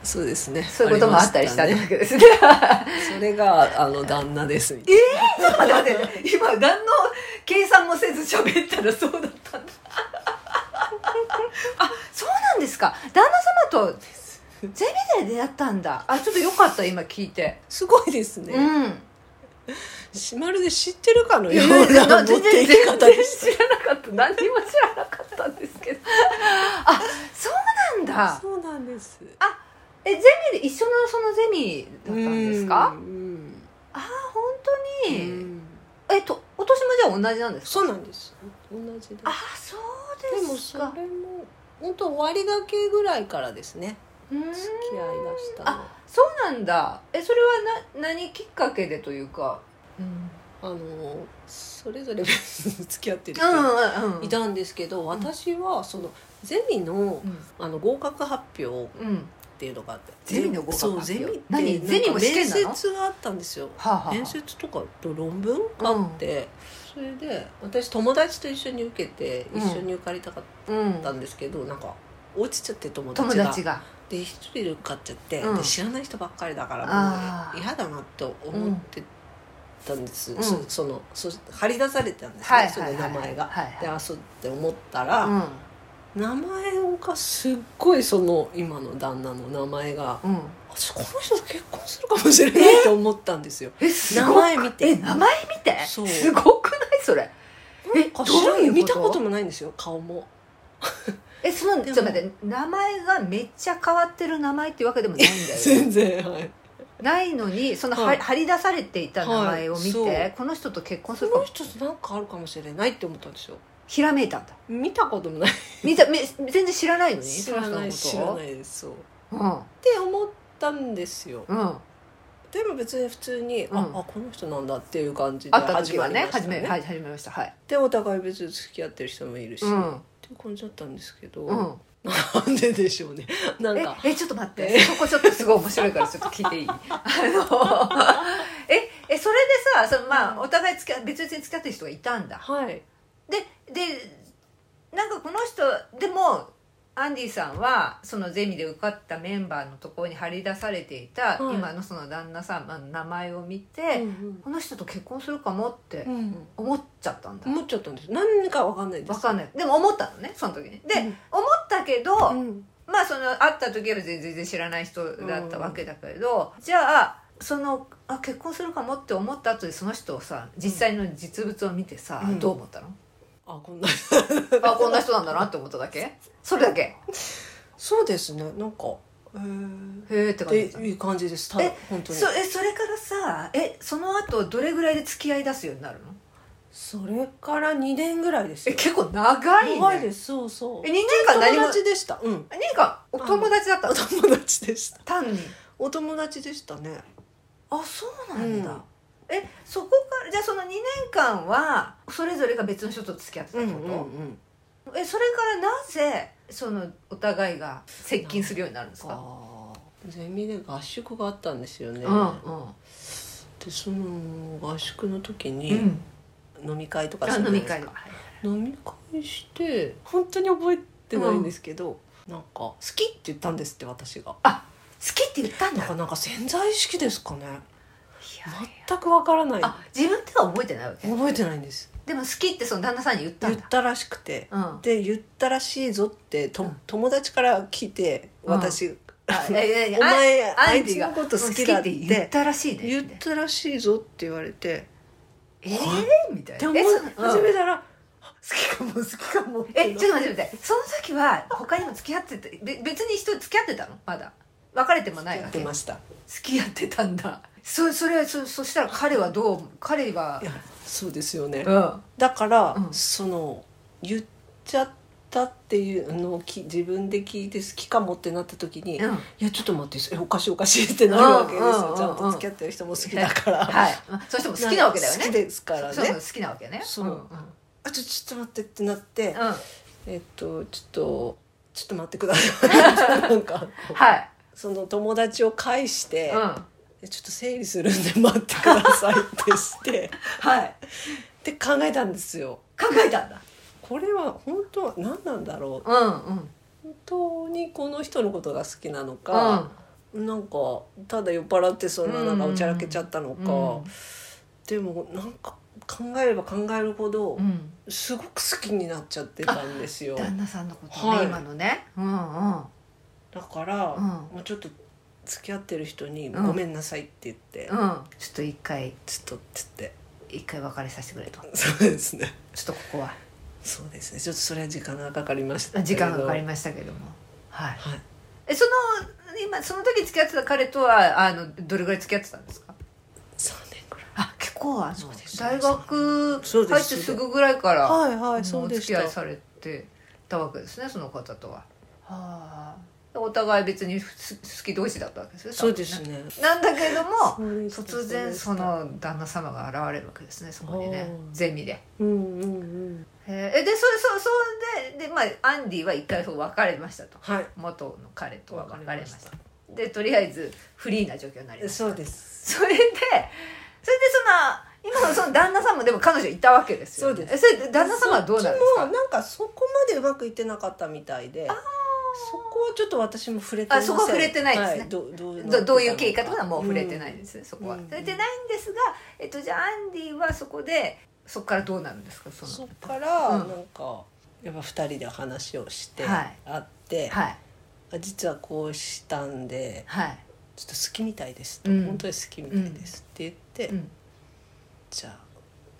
そうですね
そういうこともあったりしたわ
あま
けですね
したねそれがあの旦那ですみたい
待って待って今何の計算もせず喋ったらそうだったんだ あそうなんですか旦那様とゼミで出会ったんだあちょっとよかった今聞いて、
なすごいですね、
うん
しまるで知ってるかの
いや
よ
いや
うな
全
持
然
っていき方でし
全然知らなかった何にも知らなかったんですけどあそうなん
た
だ
そうなんです
えゼミで一緒のそのゼミだったんですか
うん
あ本当
う
に
ん
えっとお年もじゃあ同じなんですか
そうなんです同じです
あそう
で
で
も
す
そ
か
れも本当終わりがけぐらいからですね
うーん
付き合いだしたのあ
そうなんだえそれはな何きっかけでというかうん
のそれぞれ別に付き合ってる
う
人が
んうん
いたんですけど、私はそのゼミのあの合格発表っ
うん、うん、
ていうのがあって
ゼミの合格発表
そうゼミって
何
なんか
ゼミも試験なの
面接があったんですよ
はあ、はあ、
面接とかと論文があって、それで私友達と一緒に受けて
うん
一緒に受かりたかっ
うん
たんですけど、なんか落ちちゃって友達
友
が
達が
で一人で受かっちゃって、
うん
で知らない人ばっかりだから
あー
もう嫌だなと思ってたんです、
うん
そそのそ張り出されてたんですね、
はい
そ
は
の
いは
名
い
前が。
はいはい
であそうって思ったら、
うん
名前がすっごいその今の旦那の名前が
うん、
私この人と結婚するかもしれないと思ったんですよ。
えす
名
ごい
前見
え
て
名前見て
そう
すごくないそれえ
なんか
どういうこと
白い見たこともないんですよ顔も。
えそのち
で
ょ
も
っと待って名前がめっちゃ変わってる名前っていうわけでもないんだよね
全然はい。
ないのにそのは、
はい
張り出されていた名前を見て、
はいそう
この人と結婚す
こ
るか
の
も
人となんかあるかもしれないって思ったんですよ。
ひらめいたんだ
見たこともない。
見ため全然知らないのに
知らない
そ
知
の人
ら
のこ
ないですそう。
とを
って思ったんですよ
うんうん
でも別に普通に、
うん
ああこの人なんだっていう感じで
会った時
始ま
は
り
ね
ました
始
ね
めはい始めましたはい
でお互い別に付き合ってる人もいるし、
う
っ
ん
ていう感じだったんですけど、
うん
なんででしょう ねなん
え
か
えちょっと待ってそこちょっとすごい面白いからちょっと聞 いていいあのええそれでさそのまあお互い付き合別々に付き合ってる人がいたんだ
はい
ででなんかこの人でもアンディさんはそのゼミで受かったメンバーのところに張り出されていた、
はい
今のその旦那さんまあの名前を見て、
うん
この人と結婚するかもって
うんうん
思っちゃったんだ、
思っちゃったんです何かわかんないです
わかんないでも思ったのねその時にで、
うん
思ったけど、
うん
まあその会った時は全然知らない人だったわけだけど、じゃあそのあ結婚するかもって思った後でその人をさ実際の実物を見てさ、
うん
どう思ったの、
あこんな
あこんな人なんだなって思っただけ それだけへ
そうですねなんかえー
えって感じだっ
ったていう感じですただ
え
本当に
そえそれからさえその後どれぐらいで付き合い出すようになるの
それから2年ぐらいです
え
よ
結構長いね
長いですそうそう
え2年間何
友
も
達でしたうん
2年間お友達だった
お
の
友達でした
単に
お友達でしたね
あそうなんだ、
うん
えそこからじゃあその2年間はそれぞれが別の人と付き合ってたってこと、
ん
えそれからなぜそのお互いが接近するようになるんですか
あーゼミで合宿があったんですよね、
う
でその合宿の時
んうんう
に
ん
飲み会とか
あ
するじ
飲
ゃない
み会
ですか
のはい
飲み会して本当に覚えてないんですけど、なんか好きって言ったんですって私が
好きって言ったん
だ
だ
からなんか潜在意識ですかね
いや
全くわからない
あ自分では覚えてないわけ
覚えてないんです
でも好きってその旦那さんに言った
言
ん
っ
だ
たらしくて
うんあ
で言ったらしいぞってと、
うん
友達から聞いて
うん
私、
いやいやいや
お前
あ
あ
ア
い
ン
つ
ディ
の
が
こと好きだって
うん好きって言ったらしいね
言ったらしいぞって言われて
えーみたい
で
な
も
えそ
始め
うん
たら、好きかも好きかも
えちょっと待って待ってその時は他にも付き合っててべ別に人付き合ってたのまだ別れてもない
や
わ
っ
け
て
付
ました
き合ってたんだそそれはそそしたら彼はどう彼はい
やそうですよね、
うん
だから、
うん
その言っちゃったっていうのをき自分で聞いて好きかもってなった時に、
うん
いやちょっと待ってえおかしいおかしいってなるわけですよ、
うんうんうん
ちゃんと付き合ってる人も好きだから、
はいそうしても好きなわけだよね
好きですからね
そうそう好きなわけね
そう
うんうん
あちょちょっと待ってってなって、
うん
えっとちょっとちょっと待ってくださ いなんかこう
はい
その友達を介して、
うん
えちょっと整理するんで待ってくださいってして
はい
で考えたんですよ
考えたんだ
これは本当は何なんだろう
うんうん
本当にこの人のことが好きなの
う
か、
ん
なんかただ酔っ払ってそのなんかおちゃらけちゃったのか、でもなんか考えれば考えるほど
うん
すごく好きになっちゃってたんですよ
旦那さんのことね、
はい
今のねうんうん
だから、
うん
もうちょっと付き合ってる人に「
うん
ごめんなさい」って言って「
うんちょっと一回
ちょっと」っつって
一回別れさせてくれと
そうですね
ちょっとここは
そうですねちょっとそれは時間がかかりました
時間がかかり
ま
ましたけどもはい
はい
えその今その時付き合ってた彼とはあのどれぐらい付き合ってたんですか
3年ぐらい
あ結構あの
そうです
大学
そうです
入ってすぐぐらいから
はいはい
も
そう
お
で
付
し
き
た
合いされてたわけですねその方とは。はあ。お互い別にす好き同士だったわけですね。
そうです
多
ね
分ねなんだけども
そうでした
突然その旦那様が現れるわけですねそこにね
おー
ゼミで。
うんうんうん
へええでそれそそれでで、まあ、アンディは一回そう別れましたと
はい
元の彼とは別れました
別
でとりあえずフリーな状況になりました
そうです
それでそれでその今のその旦那さんもでも彼女いたわけですよ、ね、
そうです
えそれで旦那様はどうなんです
そっち
か
もなんかそこまでうまくいってなかったみたいでそこはちょっと私も触れて
あそこは触れてないですね
はいどどうなってたの
どどういう経緯かとかはもう触れてないですね、そこは、
うん
触れてないんですが、えっと、じゃあアンディはそこでそこからどうなるんですかその
そっから
う
なんんかやっぱ二人で話をして
はい
会って
はい
あ実はこうしたんで
はい、
ちょっと好きみたいです
うん
本当に好きみたいですって言っ
う
て
ん、
じゃあ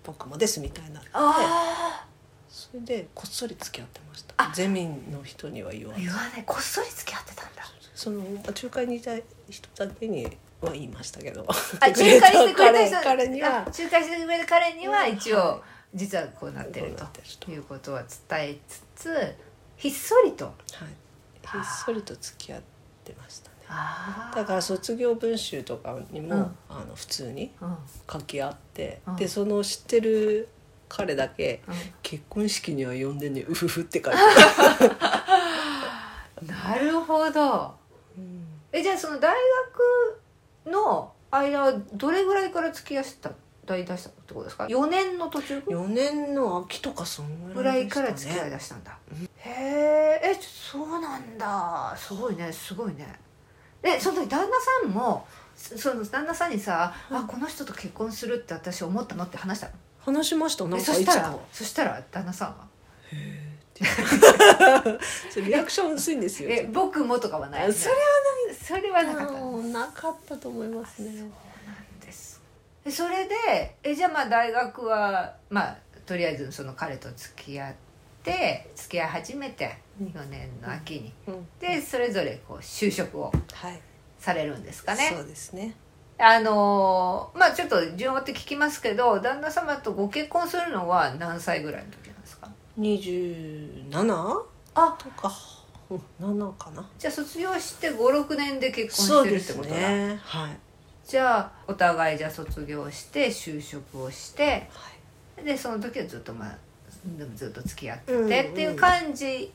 僕もですみたいになって
あ
それでこっそり付き合ってました
あ
ゼミの人には言
あ
わない
言わないこっそり付き合ってたんだ
その仲介にいた人だけには言いましたけど
あ仲介してくれた人
彼彼には
あ仲介してくれた彼には一応
は
実はこうなってる
こうなってる
と
と
いうことは伝えつつひっそりと
はい、ひっそりと付き合ってましたね
あ
だから卒業文集とかにも、
うん
あの普通に
ら、うん
書き合って、
うん
でその知ってる彼だけ「結婚式には呼んでねう ふふ」って書いてある、
うん、なるほど
うん
えじゃあその大学の間はどれぐらいから付き合いした大出したってことですか4年の途中
4年の秋とかそん
ぐ
ぐ
ら
らい
い
でし
か
たね
ら付き合い出したんだ、へーえそうなんだすごいねすごいねでその時旦那さんもそその旦那さんにさ、あこの人と結婚するって私思ったのって話したの
話しましたな
え
んか
そし
いつ
たら
か
そしたら旦那さんは
それリアクション薄いんですよ
え僕もとかはない、ね、
あそれは
ないそれはなかったの
うんなかったと思いますね
ですでそれでえじゃあまあ大学はまあとりあえずその彼と付き合って付き合い始めて
うん
4年の秋に、
うん
でそれぞれこう就職を
はい
されるんですかね
そうですね
あのーまあちょっと順を追って聞きますけど旦那様とご結婚するのは何歳ぐらいの時なんですか
27
あ
とかうん7かな
じゃあ卒業して56年で結婚
そう
してる
で
って
す
ことだ、
ねはい
じゃあお互いじゃあ卒業して就職をして
はい
でその時はずっとまあでもずっと付き合って
うんうん
てっていう感じ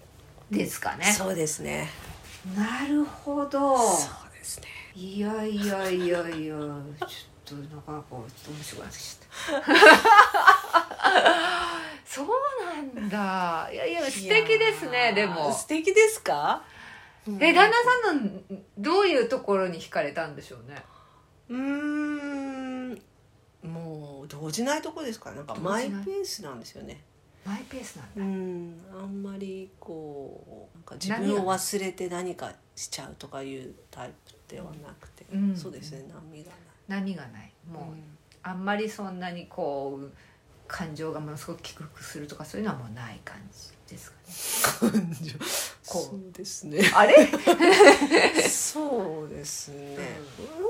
ですかね、
そうですね
なるほど
そうですね
いやいやいやいやちょっとなかなかちょっと面白くなってきちゃった そうなんだいやいや素敵ですね
い
で
やー
も
素敵ですか
え旦那さんのどういうところに惹かれたんでしょうね
うーんもう動じないとこですからなんか
動
マイ
じ
ペ
ない
ースなんですよね
マイペースなんだ
うんあんまりこうなんか自分を忘れて何かしちゃうとかいうタイプではなくて、
うん
そうですね波が
波がない
ない、
もうあんまりそんなにこう感情がものすごく低くするとかそういうのはもうない感じですかね
うん
こう
そうですね
あれ
そうですね、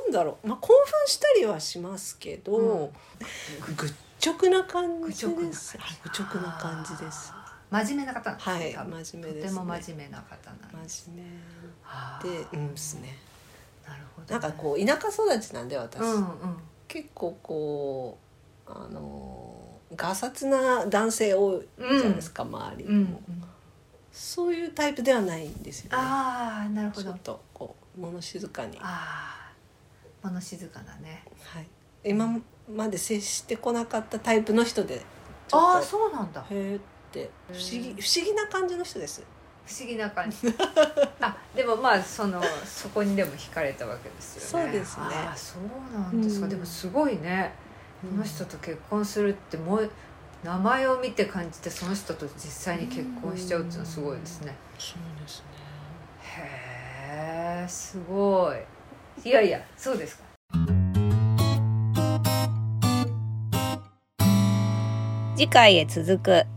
なんだろう、まあ、興奮したりはしますけど、
う
愚直な感じ
愚直な感
で
じ
すはい愚直な感じです
真面目な方なんですね多
はい
分
真面目で
とて
すね
も真面目な方なんです
真面
あ
目で
ー
うんですね
なるほどね
なんかこう田舎育ちなんで私、
うんうん
結構こうあのーがさつな男性多いじゃないですか、周り、
うんうん
そういうタイプではないんですよね
ああなるほ
ち
ど
ょっとこう物静かに、は
ああ物静かなね
い、今まで接してこなかったタイプの人でちょ
ああ
っ
ー
と
そうなんだ
へえって不思議不思議な感じの人です
不思議な感じあでもまあそのそこにでも惹かれたわけですよね
そうですね
ああそうなんですか、
うん
でもすごいねこの人と結婚するってもう名前を見て感じてその人と実際に結婚しちゃうっていうのはすごいですね
そうですね
へえすごいいやいやそうですか
次回へ続く